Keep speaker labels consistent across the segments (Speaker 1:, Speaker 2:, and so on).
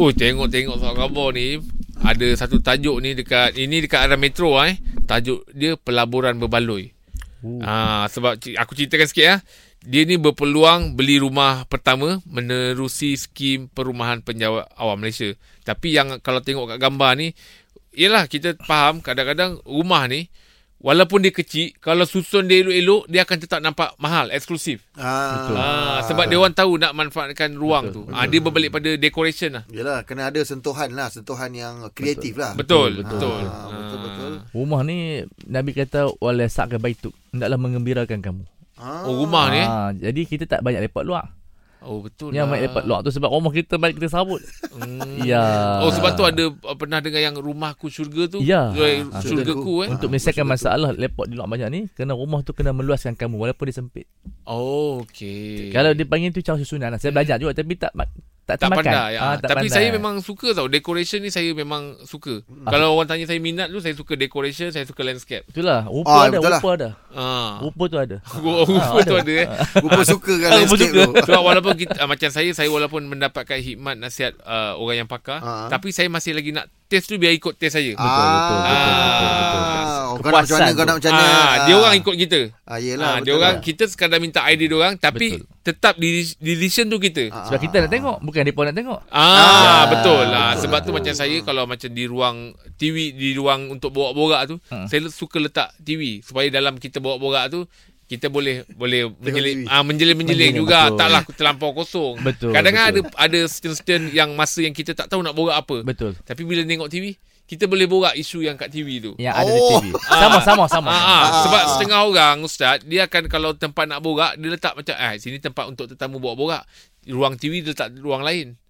Speaker 1: Oh tengok-tengok soal khabar ni ada satu tajuk ni dekat ini dekat arah metro eh. Tajuk dia pelaburan berbaloi.
Speaker 2: Oh.
Speaker 1: Ah sebab ci- aku ceritakan sikit ah. Dia ni berpeluang beli rumah pertama menerusi skim perumahan penjawat awam Malaysia. Tapi yang kalau tengok kat gambar ni ialah kita faham kadang-kadang rumah ni walaupun dia kecil kalau susun dia elok-elok dia akan tetap nampak mahal eksklusif.
Speaker 2: Betul.
Speaker 1: Ah, sebab dia orang tahu nak manfaatkan ruang betul,
Speaker 2: Betul,
Speaker 1: tu. Betul. Ah, dia berbalik pada decoration lah.
Speaker 3: Yelah, kena ada sentuhan lah. Sentuhan yang kreatif lah.
Speaker 1: Betul,
Speaker 2: Betul,
Speaker 1: betul.
Speaker 3: Ah, betul, betul.
Speaker 2: Rumah ni Nabi kata wala sa'ka baituk. Hendaklah mengembirakan kamu.
Speaker 3: Ah.
Speaker 1: Oh, rumah ni. eh?
Speaker 2: Ha, jadi kita tak banyak lepak luar.
Speaker 1: Oh, betul.
Speaker 2: Yang
Speaker 1: lah.
Speaker 2: banyak lepak luar tu sebab rumah kita balik kita sabut.
Speaker 1: Hmm.
Speaker 2: ya.
Speaker 1: Oh, sebab tu ada uh, pernah dengar yang rumahku syurga tu.
Speaker 2: Ya.
Speaker 1: Eh,
Speaker 2: Ah,
Speaker 1: Syurgaku eh.
Speaker 3: Ah,
Speaker 2: untuk menyelesaikan
Speaker 3: maksud
Speaker 2: masalah lepak di luar banyak ni, kena rumah tu kena meluaskan kamu walaupun dia sempit.
Speaker 1: Oh, okey. Hmm.
Speaker 2: Kalau dia panggil tu cara susunan lah. Saya belajar juga tapi tak ma- tak,
Speaker 1: tak
Speaker 2: termakan.
Speaker 1: pandai.
Speaker 2: Ah,
Speaker 1: Ah, tapi saya memang suka tau. Decoration ni saya memang suka.
Speaker 2: Ah.
Speaker 1: Kalau orang tanya saya minat tu, saya suka decoration, saya suka landscape.
Speaker 2: Itulah, rupa
Speaker 3: Ah,
Speaker 2: ada,
Speaker 3: betul lah.
Speaker 2: rupa ada.
Speaker 1: Ah.
Speaker 2: Rupa tu ada.
Speaker 1: Oh,
Speaker 2: Ah.
Speaker 1: rupa tu ada eh.
Speaker 3: Rupa suka kan
Speaker 2: Rupa
Speaker 3: landscape
Speaker 2: suka.
Speaker 3: tu.
Speaker 1: Sebab walaupun kita, ah, macam saya, saya walaupun mendapatkan hikmat nasihat uh, orang yang pakar,
Speaker 3: Ah.
Speaker 1: tapi saya masih lagi nak taste tu biar ikut taste saya.
Speaker 2: Betul, betul, betul, betul, betul, betul.
Speaker 3: Ah, oh, kau nak macam mana,
Speaker 2: Kepuasan
Speaker 3: kau nak
Speaker 2: tu.
Speaker 3: macam mana.
Speaker 1: Ah, dia orang ikut kita.
Speaker 3: Ah, yelah,
Speaker 1: Ah, dia
Speaker 3: betul
Speaker 1: orang
Speaker 3: lah.
Speaker 1: kita sekadar minta idea dia orang tapi
Speaker 2: Betul.
Speaker 1: tetap diri- decision tu kita.
Speaker 3: Ah,
Speaker 2: Sebab kita nak tengok, bukan depa nak tengok.
Speaker 1: Ah,
Speaker 2: Ah,
Speaker 1: betul.
Speaker 2: betul,
Speaker 1: Ah,
Speaker 2: betul,
Speaker 1: sebab tu macam saya kalau macam di ruang TV, di ruang untuk borak-borak tu,
Speaker 2: Hmm.
Speaker 1: saya suka letak TV supaya dalam kita borak-borak tu kita boleh boleh menjeling
Speaker 3: TV.
Speaker 1: ah menjeling-menjeling
Speaker 2: Menjeling,
Speaker 1: juga
Speaker 2: betul.
Speaker 1: taklah terlampau kosong.
Speaker 2: Betul,
Speaker 1: Kadang-kadang ada
Speaker 2: betul.
Speaker 1: ada certain-certain yang masa yang kita tak tahu nak borak apa.
Speaker 2: Betul.
Speaker 1: Tapi bila tengok TV, kita boleh borak isu yang kat TV tu.
Speaker 2: Yang ada di
Speaker 3: Oh.
Speaker 2: TV. Sama sama sama.
Speaker 1: Ah, ah, sebab setengah orang ustaz dia akan kalau tempat nak borak dia letak macam ah sini tempat untuk tetamu borak-borak. Ruang TV dia letak ruang lain.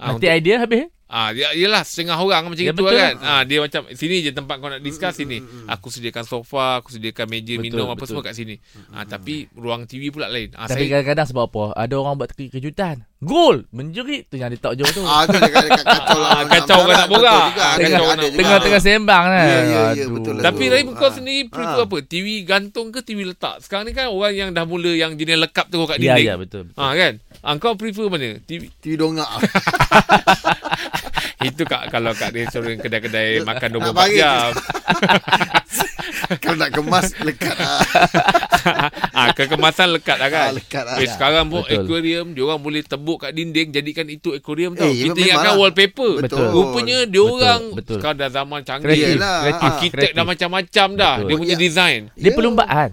Speaker 1: Ah,
Speaker 2: Nanti idea habis.
Speaker 1: Ah, dia ialah setengah orang macam
Speaker 2: Ya,
Speaker 1: itu
Speaker 2: betul.
Speaker 1: kan. Ah, dia macam sini je tempat kau nak discuss sini. Aku sediakan sofa, aku sediakan meja
Speaker 2: Betul,
Speaker 1: minum apa
Speaker 2: betul.
Speaker 1: semua kat sini. Ah, tapi ruang TV pula lain. Ah,
Speaker 2: Tapi
Speaker 1: saya
Speaker 2: kan- kadang-kadang sebab apa? Ada orang buat ke- kejutan. Gol! Menjerit tu yang dia tak jauh tu.
Speaker 3: Ah, tu dekat dekat kacau lah.
Speaker 1: Ah, kacau orang nak
Speaker 3: Betul
Speaker 1: borak.
Speaker 3: juga,
Speaker 1: Tengah-
Speaker 3: kacau lah. orang nak-
Speaker 2: Tengah-tengah sembang kan.
Speaker 3: Ya, ya, ya,
Speaker 2: Aduh.
Speaker 3: betul lah
Speaker 1: ya. tapi
Speaker 3: tu.
Speaker 1: Rahim kau
Speaker 3: Ah.
Speaker 1: sendiri
Speaker 3: Ah.
Speaker 1: prefer apa? TV gantung ke TV letak? Sekarang ni kan orang yang dah mula yang jenis lekap tu kat
Speaker 2: Ya,
Speaker 1: dinding.
Speaker 2: ya, betul.
Speaker 1: Ah kan? Ah, kau prefer mana? TV
Speaker 3: TV dongak.
Speaker 1: itu kat kalau kat restoran kedai-kedai makan
Speaker 3: Nak
Speaker 1: 24
Speaker 3: bagi.
Speaker 1: jam.
Speaker 3: Kalau nak kemas lekat ah.
Speaker 1: ah, kekemasan lekat lah kan.
Speaker 3: Ah, lekat lah.
Speaker 1: Eh, sekarang pun
Speaker 2: Betul.
Speaker 1: aquarium, diorang boleh tebuk kat dinding, jadikan itu aquarium tau.
Speaker 3: Eh,
Speaker 1: Kita
Speaker 3: memang
Speaker 1: ingatkan
Speaker 3: lah.
Speaker 1: wallpaper.
Speaker 2: Betul.
Speaker 1: Rupanya diorang,
Speaker 2: Betul, betul.
Speaker 1: sekarang dah zaman
Speaker 2: Kreatif.
Speaker 1: canggih.
Speaker 3: Yelah,
Speaker 2: kreatif.
Speaker 3: ah.
Speaker 1: Arkitek dah
Speaker 2: Kreatif.
Speaker 1: macam-macam dah.
Speaker 2: Betul.
Speaker 1: Dia punya
Speaker 3: Ya.
Speaker 1: design.
Speaker 2: Dia
Speaker 3: Ya.
Speaker 2: perlumbaan.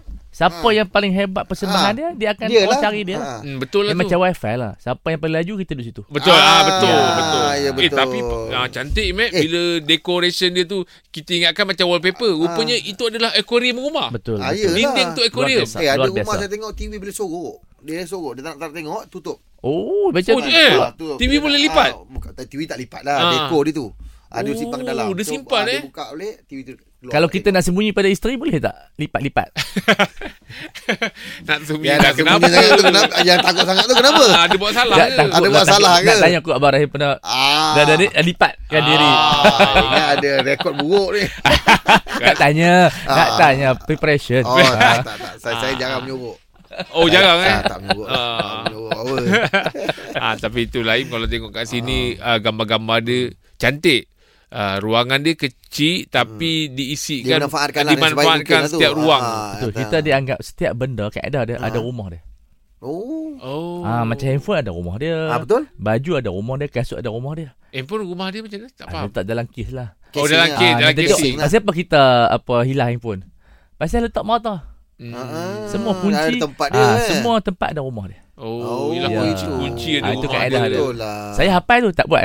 Speaker 3: Ha.
Speaker 2: Siapa yang paling hebat persembahan
Speaker 3: Ha.
Speaker 2: dia, dia akan
Speaker 3: Yelah.
Speaker 2: orang cari dia.
Speaker 3: Ah.
Speaker 1: Hmm, betul
Speaker 2: Dia
Speaker 1: lah tu.
Speaker 2: macam wifi lah. Siapa yang paling laju, kita duduk situ.
Speaker 1: Betul ah,
Speaker 3: Ah,
Speaker 1: betul
Speaker 2: ya,
Speaker 1: betul.
Speaker 3: ya,
Speaker 1: Eh
Speaker 3: betul.
Speaker 1: tapi ah, cantik Mac
Speaker 3: Eh.
Speaker 1: bila decoration dia tu kita ingatkan macam wallpaper. Rupanya itu adalah aquarium rumah.
Speaker 2: Betul.
Speaker 3: Ah, ya.
Speaker 2: betul.
Speaker 1: Dinding tu aquarium.
Speaker 2: Luar biasa.
Speaker 3: Eh, ada
Speaker 2: Luar
Speaker 3: rumah
Speaker 2: biasa.
Speaker 3: saya tengok TV bila sorok. Dia sorok, dia tak nak tak nak tengok, tutup.
Speaker 2: Oh, macam
Speaker 1: Oh,
Speaker 2: tu.
Speaker 1: eh.
Speaker 3: Ah, tu.
Speaker 1: TV
Speaker 3: Dia-
Speaker 1: boleh lipat?
Speaker 3: Ah, bukan, TV tak lipat
Speaker 1: Ah.
Speaker 3: lah, dekor dia tu. Ah, dia
Speaker 1: Oh,
Speaker 3: simpan ke dalam.
Speaker 1: dia
Speaker 3: So,
Speaker 1: simpan,
Speaker 3: ah,
Speaker 1: eh.
Speaker 3: Dia buka balik, TV tu keluar.
Speaker 2: Kalau kita nak sembunyi pada isteri, boleh tak? Lipat-lipat.
Speaker 1: Nak sumi
Speaker 3: Ya,
Speaker 1: tak
Speaker 3: dah
Speaker 1: kenapa?
Speaker 3: kenapa? Sangat tu, kenapa? Yang takut sangat tu kenapa?
Speaker 1: Ah, ada buat salah
Speaker 2: Tak
Speaker 1: ke?
Speaker 2: takut
Speaker 3: Ada
Speaker 2: lah,
Speaker 3: buat
Speaker 2: tak-
Speaker 3: salah
Speaker 2: Nak
Speaker 3: ke?
Speaker 2: tanya aku Abang Rahim pernah
Speaker 3: Ah.
Speaker 2: Dah dari lipatkan kan diri.
Speaker 3: Ah, ingat ada rekod buruk ni.
Speaker 1: Ah.
Speaker 2: Nak tanya, nak
Speaker 3: Ah.
Speaker 2: tanya preparation. Ah.
Speaker 3: Oh, tak, tak, tak. Saya, saya jarang menyuruh.
Speaker 1: Oh jarang eh.
Speaker 3: Ah, tak menyuruh.
Speaker 1: Ah.
Speaker 3: Ah, menyuruh apa.
Speaker 1: ah tapi itu lain kalau tengok kat sini
Speaker 3: Ah.
Speaker 1: uh, gambar-gambar dia cantik. Uh, ruangan dia kecil tapi diisikan
Speaker 3: Hmm. Dia manfaatkan lah yang sebaik mungkin
Speaker 1: dimanfaatkan
Speaker 3: lah tu.
Speaker 1: setiap ruang.
Speaker 3: Ah,
Speaker 2: Betul,
Speaker 3: tak.
Speaker 2: kita dianggap setiap benda kaedah dia ada rumah dia.
Speaker 3: Ah. Oh.
Speaker 1: Oh.
Speaker 2: Ah macam handphone ada rumah dia.
Speaker 3: Ah, betul.
Speaker 2: Baju ada rumah dia, kasut ada rumah dia.
Speaker 1: handphone Eh, rumah dia macam mana? Tak
Speaker 2: Ah,
Speaker 1: faham.
Speaker 2: letak dalam kes lah.
Speaker 1: Oh dalam
Speaker 3: Casing
Speaker 1: kes,
Speaker 3: lah.
Speaker 1: dalam
Speaker 2: dia
Speaker 1: casing.
Speaker 2: tengok, Pasal apa kita apa hilang handphone? Pasal letak mata.
Speaker 1: Hmm.
Speaker 2: Semua
Speaker 3: Ah,
Speaker 2: kunci.
Speaker 3: ada tempat dia, eh.
Speaker 2: semua tempat ada rumah dia.
Speaker 1: Oh, ialah
Speaker 2: ya.
Speaker 1: kunci, kunci ada
Speaker 2: Ah,
Speaker 1: rumah
Speaker 2: itu kaedah
Speaker 1: dia.
Speaker 2: dia.
Speaker 3: Betul lah.
Speaker 2: Saya hafal tu tak buat.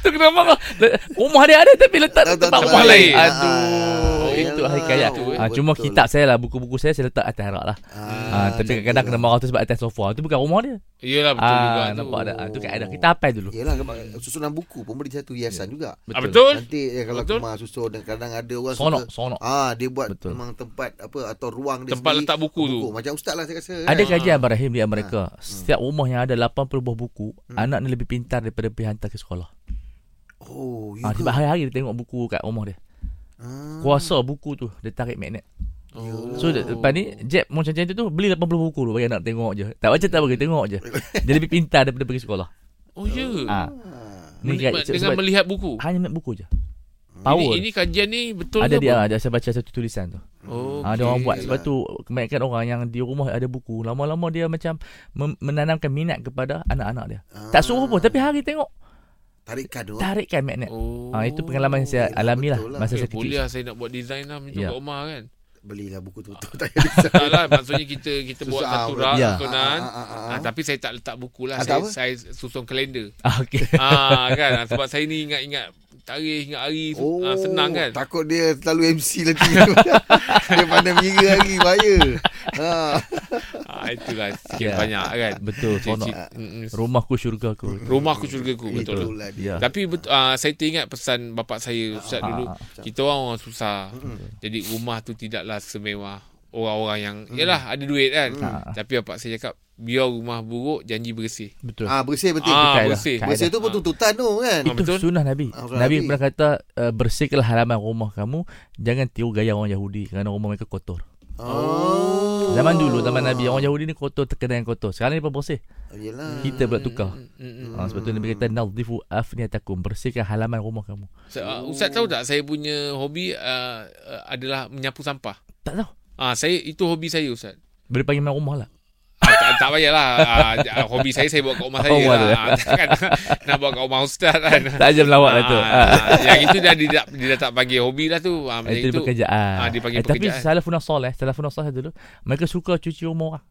Speaker 2: tu kenapa kau? Le- Rumah dia ada tapi letak
Speaker 3: Tak, tak,
Speaker 2: tempat
Speaker 3: tak,
Speaker 2: rumah
Speaker 1: tak.
Speaker 2: lain.
Speaker 3: Ah,
Speaker 2: Aduh,
Speaker 3: ah,
Speaker 2: itu
Speaker 3: yalah.
Speaker 2: hikayat.
Speaker 1: Itu, eh.
Speaker 2: Ah, cuma
Speaker 3: Betul.
Speaker 2: kitab saya lah, buku-buku saya saya letak atas rak lah. Ah,
Speaker 3: Ah,
Speaker 2: tapi kadang-kadang kena marah tu sebab atas sofa. Tu bukan rumah dia.
Speaker 1: Iyalah betul juga
Speaker 2: Ah,
Speaker 1: tu.
Speaker 2: nampak tak? Ah, tu Ya. kaedah. Kita hafal dulu.
Speaker 3: Yelah susunan buku pun boleh satu hiasan juga.
Speaker 1: Ah, betul.
Speaker 3: Nanti ya, kalau
Speaker 1: Betul.
Speaker 3: kemas susun dan kadang ada orang
Speaker 2: Sonok,
Speaker 3: suka
Speaker 2: sonok.
Speaker 3: Ah dia buat Betul.
Speaker 2: Betul.
Speaker 3: memang tempat apa atau ruang dia
Speaker 1: Tempat
Speaker 3: sendiri,
Speaker 1: letak buku tu.
Speaker 3: Macam ustaz lah saya rasa.
Speaker 2: Ada kajian Abang Rahim di Amerika. Setiap rumah yang ada 80 buah buku, anak ni lebih pintar daripada pergi hantar ke sekolah.
Speaker 3: Oh, ya.
Speaker 2: Ah, sebab hari-hari dia tengok buku kat rumah dia.
Speaker 3: Ah,
Speaker 2: Kuasa buku tu, dia tarik magnet.
Speaker 1: Oh.
Speaker 2: So de- lepas ni Jeb macam macam tu tu Beli 80 buku tu Bagi anak tengok je Tak baca tak bagi Tengok je Dia lebih pintar daripada pergi sekolah
Speaker 1: Oh ya. Yeah.
Speaker 2: Ah, ni
Speaker 1: Menik-
Speaker 2: kat-
Speaker 1: dengan
Speaker 2: sebab
Speaker 1: melihat buku.
Speaker 2: hanya nak buku je.
Speaker 1: Hmm.
Speaker 2: Power.
Speaker 1: Ini, ini kajian ni betul
Speaker 2: ada
Speaker 1: ke
Speaker 2: dia
Speaker 1: apa?
Speaker 2: ada saya baca satu tulisan tu.
Speaker 1: Oh.
Speaker 2: Okay. Ada orang buat sebab
Speaker 3: lah.
Speaker 2: tu kebanyakan orang yang di rumah ada buku. Lama-lama dia macam mem- menanamkan minat kepada anak-anak dia.
Speaker 3: Ah.
Speaker 2: Tak suruh pun tapi hari tengok
Speaker 3: Tarikan tu.
Speaker 2: tarikkan magnet.
Speaker 1: Oh.
Speaker 2: Ah itu pengalaman yang saya
Speaker 3: Yelah,
Speaker 2: alami lah
Speaker 3: betul lah.
Speaker 2: masa
Speaker 1: Eh,
Speaker 2: saya
Speaker 1: boleh
Speaker 2: kecil.
Speaker 1: lah saya nak buat design lah macam
Speaker 2: Ya.
Speaker 1: kat rumah kan.
Speaker 3: Belilah buku tu betul. Tak payah
Speaker 1: Tak lah maksudnya kita kita buat
Speaker 3: Susah
Speaker 1: satu
Speaker 3: pula.
Speaker 1: rak
Speaker 2: Ya.
Speaker 1: yeah. konan.
Speaker 3: Ah, ah, ah, ah.
Speaker 1: Ah, tapi saya tak letak buku lah.
Speaker 3: Ah,
Speaker 1: Saya,
Speaker 3: tak apa?
Speaker 1: saya susun kalender.
Speaker 2: Ah okey.
Speaker 1: ah kan Ah, sebab saya ni ingat-ingat tarikh ingat hari oh, ah, senang kan.
Speaker 3: Takut dia terlalu MC nanti Dia pandai mengira lagi Bahaya ha.
Speaker 1: Ah itulah sikit
Speaker 2: Ya.
Speaker 1: banyak kan.
Speaker 2: Betul seronok.
Speaker 1: Cik- mm, mm.
Speaker 2: Rumahku syurga aku.
Speaker 1: Rumahku syurgaku betul.
Speaker 3: Betul lah dia
Speaker 2: Ya.
Speaker 1: Tapi betul, uh, saya teringat pesan bapak saya Ustaz
Speaker 2: Ah,
Speaker 1: dulu.
Speaker 2: ah,
Speaker 1: Kita orang orang susah. Jadi rumah tu tidaklah semewah orang-orang yang yalah ada duit kan.
Speaker 2: Ah.
Speaker 1: Tapi bapak saya cakap biar rumah buruk janji bersih.
Speaker 2: Betul.
Speaker 3: Ah bersih betul
Speaker 1: Ah
Speaker 2: Betul.
Speaker 1: bersih.
Speaker 2: Kaedah.
Speaker 3: Bersih tu pun tuntutan tu kan
Speaker 1: Ah,
Speaker 2: Itu
Speaker 1: betul.
Speaker 2: sunnah Nabi.
Speaker 3: Ah, sunnah
Speaker 2: Nabi
Speaker 3: Nabi.
Speaker 2: pernah kata uh, bersihkanlah halaman rumah kamu, jangan tiru gaya orang Yahudi kerana rumah mereka kotor.
Speaker 3: Ah. Oh
Speaker 2: Zaman dulu zaman Nabi orang Yahudi ni kotor terkena yang kotor. Sekarang ni pun bersih.
Speaker 3: Ah, Yelah
Speaker 2: Kita pula tukar.
Speaker 1: Mm, mm,
Speaker 3: Hmm.
Speaker 1: mm.
Speaker 2: Ha, sebab tu Nabi kata nadhifu afniyatakum, bersihkan halaman rumah kamu.
Speaker 1: So, uh, Ustaz tahu tak saya punya hobi uh, uh, adalah menyapu sampah.
Speaker 2: Tak tahu.
Speaker 1: Ah saya itu hobi saya Ustaz.
Speaker 2: Boleh panggil main rumah lah.
Speaker 1: Ah, tak, tak payahlah ah, ah, Hobi saya Saya buat kat rumah saya
Speaker 2: Oh,
Speaker 1: lah.
Speaker 2: boleh.
Speaker 1: Ah, Takkan Nak buat kat rumah ustaz kan
Speaker 2: Tak ajar melawak lah tu.
Speaker 1: Ah, Yang itu dah Dia, tak- dia dah tak panggil hobi lah tu ah,
Speaker 2: Itu,
Speaker 1: Macam
Speaker 2: itu
Speaker 1: itu
Speaker 2: pekerjaan.
Speaker 1: Ah, dia panggil
Speaker 2: tapi
Speaker 1: pekerjaan.
Speaker 2: salafun soleh, salafun soleh dulu, mereka suka cuci rumah orang.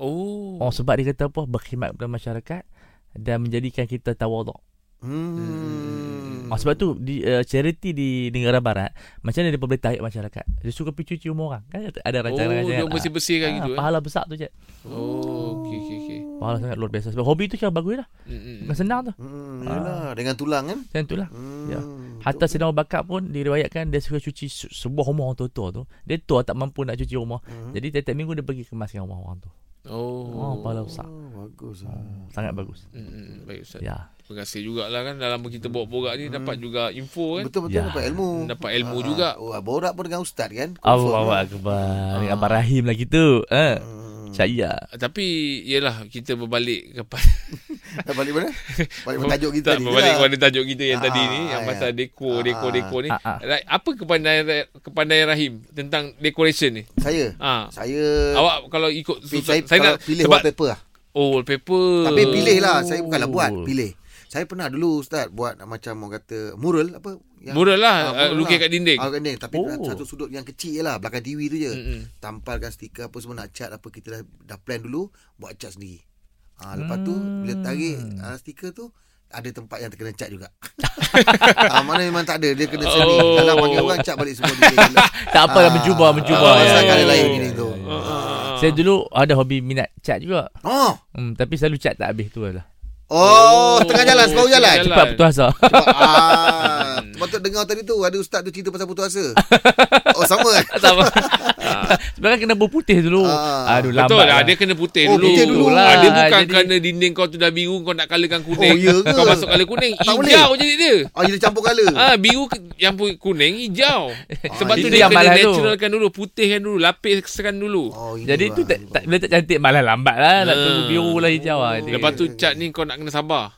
Speaker 1: Oh
Speaker 2: Oh, sebab dia kata apa? Berkhidmat kepada masyarakat dan menjadikan kita tawaduk.
Speaker 3: Hmm
Speaker 2: Oh, sebab tu di uh, charity di negara barat macam mana dia boleh tarik masyarakat. Dia suka pergi cuci rumah orang. Kan ada
Speaker 1: Oh
Speaker 2: rancangan-rancangan.
Speaker 1: dia
Speaker 2: Ah,
Speaker 1: bersih-bersihkan
Speaker 2: ah,
Speaker 1: gitu eh?
Speaker 2: Pahala besar tu je.
Speaker 1: Oh Okay okay okay
Speaker 2: Pahala sangat luar biasa. Sebab hobi tu cara bagus lah.
Speaker 1: Mm, mm,
Speaker 2: Bukan senang tu.
Speaker 3: Hmm, Yelah Dengan tulang kan
Speaker 2: Macam tu lah.
Speaker 3: Hmm,
Speaker 2: Ah. Ya. Hatta Sidang Bakar pun diriwayatkan dia suka cuci se- sebuah rumah orang tua-tua tu. Dia tua tak mampu nak cuci rumah. Jadi tiap-tiap minggu dia pergi kemaskan rumah orang tu. Oh,
Speaker 1: Oh
Speaker 2: pahala besar.
Speaker 3: Mhm. Oh, Bagus lah
Speaker 2: Sangat bagus.
Speaker 1: Mm, mm, Baik
Speaker 3: Eh.
Speaker 1: Ustaz
Speaker 2: Ya. Hmm.
Speaker 1: Terima kasih jugalah kan Dalam kita borak-borak ni Dapat juga info kan
Speaker 3: Betul-betul
Speaker 2: Ya.
Speaker 3: dapat ilmu
Speaker 1: Dapat ilmu
Speaker 3: Ah,
Speaker 1: juga.
Speaker 3: oh, Borak pun dengan ustaz kan Confirm
Speaker 2: Allah
Speaker 3: lah.
Speaker 2: Akbar. Dengan Abang Rahim lagi tu. Ha.
Speaker 3: Hmm.
Speaker 2: Saya.
Speaker 1: Tapi Yelah Kita berbalik kepada
Speaker 3: Dah Balik mana Balik pada tajuk kita
Speaker 1: tak,
Speaker 3: tadi
Speaker 1: Berbalik
Speaker 3: lah.
Speaker 1: kepada tajuk kita yang
Speaker 3: Ah,
Speaker 1: tadi ni Yang
Speaker 3: ya.
Speaker 1: pasal dekor Dekor
Speaker 3: Ah.
Speaker 1: dekor ni
Speaker 2: Ah, ah.
Speaker 1: Ra- Apa kepandaian Ra- kepandaian Rahim Tentang decoration ni
Speaker 3: Saya
Speaker 1: Ah,
Speaker 3: Saya
Speaker 1: Awak kalau ikut
Speaker 3: pi-
Speaker 1: susah,
Speaker 3: saya,
Speaker 1: Saya,
Speaker 3: kalau
Speaker 1: nak
Speaker 3: pilih
Speaker 1: sebab,
Speaker 3: wallpaper lah
Speaker 1: Oh wallpaper
Speaker 3: Tapi pilih lah Saya bukanlah buat Pilih Saya pernah dulu Ustaz Buat macam orang kata Mural apa yang,
Speaker 1: Murah lah uh,
Speaker 3: Ah,
Speaker 1: Lukis kat dinding
Speaker 3: Ah, kat dinding Tapi
Speaker 2: Oh.
Speaker 3: oh. satu sudut yang kecil je lah Belakang TV tu je
Speaker 1: Mm-mm.
Speaker 3: Tampalkan stiker apa semua Nak cat apa Kita dah, dah plan dulu Buat cat sendiri ha, Lepas tu
Speaker 1: Hmm.
Speaker 3: Bila tarik ah, stiker tu ada tempat yang terkena cat juga. ah, mana memang tak ada. Dia kena sendiri.
Speaker 1: Oh.
Speaker 3: Kalau panggil orang cat balik semua dia.
Speaker 2: Tak apa lah mencuba, mencuba.
Speaker 3: Ah,
Speaker 1: Ya,
Speaker 3: pasal
Speaker 1: ya,
Speaker 3: kalau
Speaker 1: ya,
Speaker 3: lain
Speaker 1: ya,
Speaker 3: gini tu. Ha.
Speaker 2: ya. Saya dulu ada hobi minat cat juga.
Speaker 3: Oh.
Speaker 2: Hmm, tapi selalu cat tak habis tu lah.
Speaker 3: Oh, tengah jalan, separuh
Speaker 1: tengah
Speaker 3: jalan.
Speaker 1: jalan.
Speaker 2: Cepat putus asa.
Speaker 3: Cepat. Ah, patut dengar tadi tu ada ustaz tu cerita pasal putus asa. Oh, sama. eh?
Speaker 2: tak apa. Sebenarnya kan kena berputih dulu.
Speaker 3: Ah.
Speaker 2: Aduh
Speaker 1: Ah.
Speaker 2: lambat.
Speaker 1: Betul lah Dia kena putih
Speaker 3: Oh,
Speaker 1: dulu
Speaker 3: putih dulu
Speaker 1: Ah,
Speaker 2: lah.
Speaker 1: Dia bukan
Speaker 2: Jadi-
Speaker 1: kerana dinding kau tu dah biru Kau nak colourkan kuning
Speaker 3: Oh, ya ke?
Speaker 1: Kau masuk colour kuning
Speaker 3: Tak boleh.
Speaker 1: Hijau jadi dia
Speaker 3: Oh, dia campur color.
Speaker 1: Ah biru ke- yang pu- kuning hijau. Sebab tu
Speaker 2: itu
Speaker 1: dia
Speaker 2: yang malas
Speaker 1: kena
Speaker 2: tu.
Speaker 1: naturalkan dulu, putihkan dulu, lapiskan dulu.
Speaker 3: Oh, ini
Speaker 2: Jadi tu
Speaker 3: lah.
Speaker 2: tak, tak, bila tak cantik malah lambat lah. Nak
Speaker 1: Hmm.
Speaker 2: tunggu biru lah hijau lah. Jadi,
Speaker 1: Lepas tu cat ni kau nak kena sabar.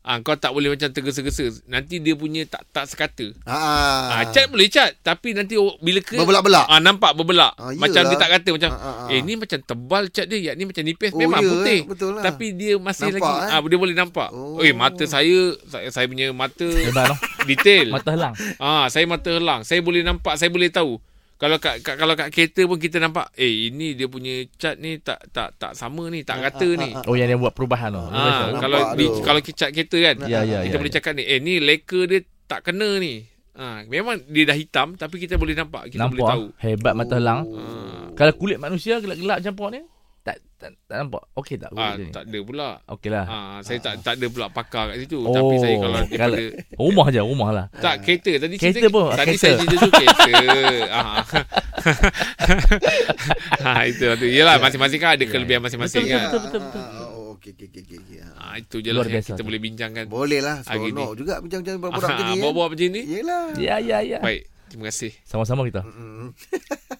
Speaker 1: Ah kau tak boleh macam tergesa-gesa. Nanti dia punya tak tak sekata.
Speaker 3: Ah,
Speaker 1: Ah cat boleh cat tapi nanti o- bila ke
Speaker 3: Berbelak-belak.
Speaker 1: Ah nampak berbelak.
Speaker 3: Ah, iyalah.
Speaker 1: macam dia tak kata macam
Speaker 3: Ah, ah, ah.
Speaker 1: eh ni macam tebal cat dia, yang ni macam nipis
Speaker 3: Oh,
Speaker 1: memang
Speaker 3: ya,
Speaker 1: putih.
Speaker 3: eh, betul lah.
Speaker 1: Tapi dia masih
Speaker 3: Nampak,
Speaker 1: lagi
Speaker 3: eh?
Speaker 1: ah dia boleh nampak.
Speaker 3: Oh.
Speaker 1: Eh mata saya saya, saya punya mata
Speaker 2: Lebar lah.
Speaker 1: detail.
Speaker 2: Mata helang.
Speaker 1: Ah, saya mata helang. Saya boleh nampak, saya boleh tahu. Kalau kat, kat kalau kat kereta pun kita nampak, eh ini dia punya cat ni tak tak tak sama ni,
Speaker 3: Ah,
Speaker 1: tak rata ni.
Speaker 2: Oh yang dia buat perubahan tu.
Speaker 1: Ah,
Speaker 3: nampak
Speaker 1: kalau di,
Speaker 3: tu.
Speaker 1: kalau cat kereta kan,
Speaker 2: Ya, ya,
Speaker 1: kita
Speaker 2: ya,
Speaker 1: boleh
Speaker 2: ya.
Speaker 1: cakap ni, eh ni leka dia tak kena ni. Ah, memang dia dah hitam tapi kita boleh nampak, kita
Speaker 2: Nampak
Speaker 1: boleh
Speaker 2: ah?
Speaker 1: tahu.
Speaker 2: Hebat mata helang.
Speaker 3: Oh. Hmm.
Speaker 1: Ah,
Speaker 2: Kalau kulit manusia gelap-gelap campur ni. Tak tak, tak nampak. Okey tak kulit
Speaker 1: ah
Speaker 2: dia ni.
Speaker 1: tak ada pula.
Speaker 2: Okey lah.
Speaker 1: Ah, saya tak tak ada pula pakar kat situ. Tapi saya kalau
Speaker 2: Oh, kalau-
Speaker 1: daripada
Speaker 2: rumah je, rumah lah.
Speaker 1: Tak, kereta. Tadi
Speaker 2: Kereta
Speaker 1: cerita,
Speaker 2: pun,
Speaker 1: Tadi
Speaker 2: kereta.
Speaker 1: saya cerita tu kereta. Ah. ha, itu. itu. Yelah, masing-masing kan ada kelebihan masing-masing kan.
Speaker 2: Ya, Betul, betul, betul, betul.
Speaker 3: Ah, oh, okey, okey, okey, okey, okey. Ah.
Speaker 1: Ha, itu je lah
Speaker 2: Luar
Speaker 1: yang
Speaker 2: biasa
Speaker 1: kita
Speaker 2: tu.
Speaker 1: boleh bincangkan.
Speaker 3: Boleh lah,
Speaker 1: Ah, gini.
Speaker 3: seronok juga bincang-bincang
Speaker 1: Ah,
Speaker 3: borak-borak macam ni. kan?
Speaker 1: Bawa-bawa macam ni.
Speaker 3: Yelah.
Speaker 2: Ya, ya, ya.
Speaker 1: Baik, terima kasih.
Speaker 2: Sama-sama kita.
Speaker 3: Hmm.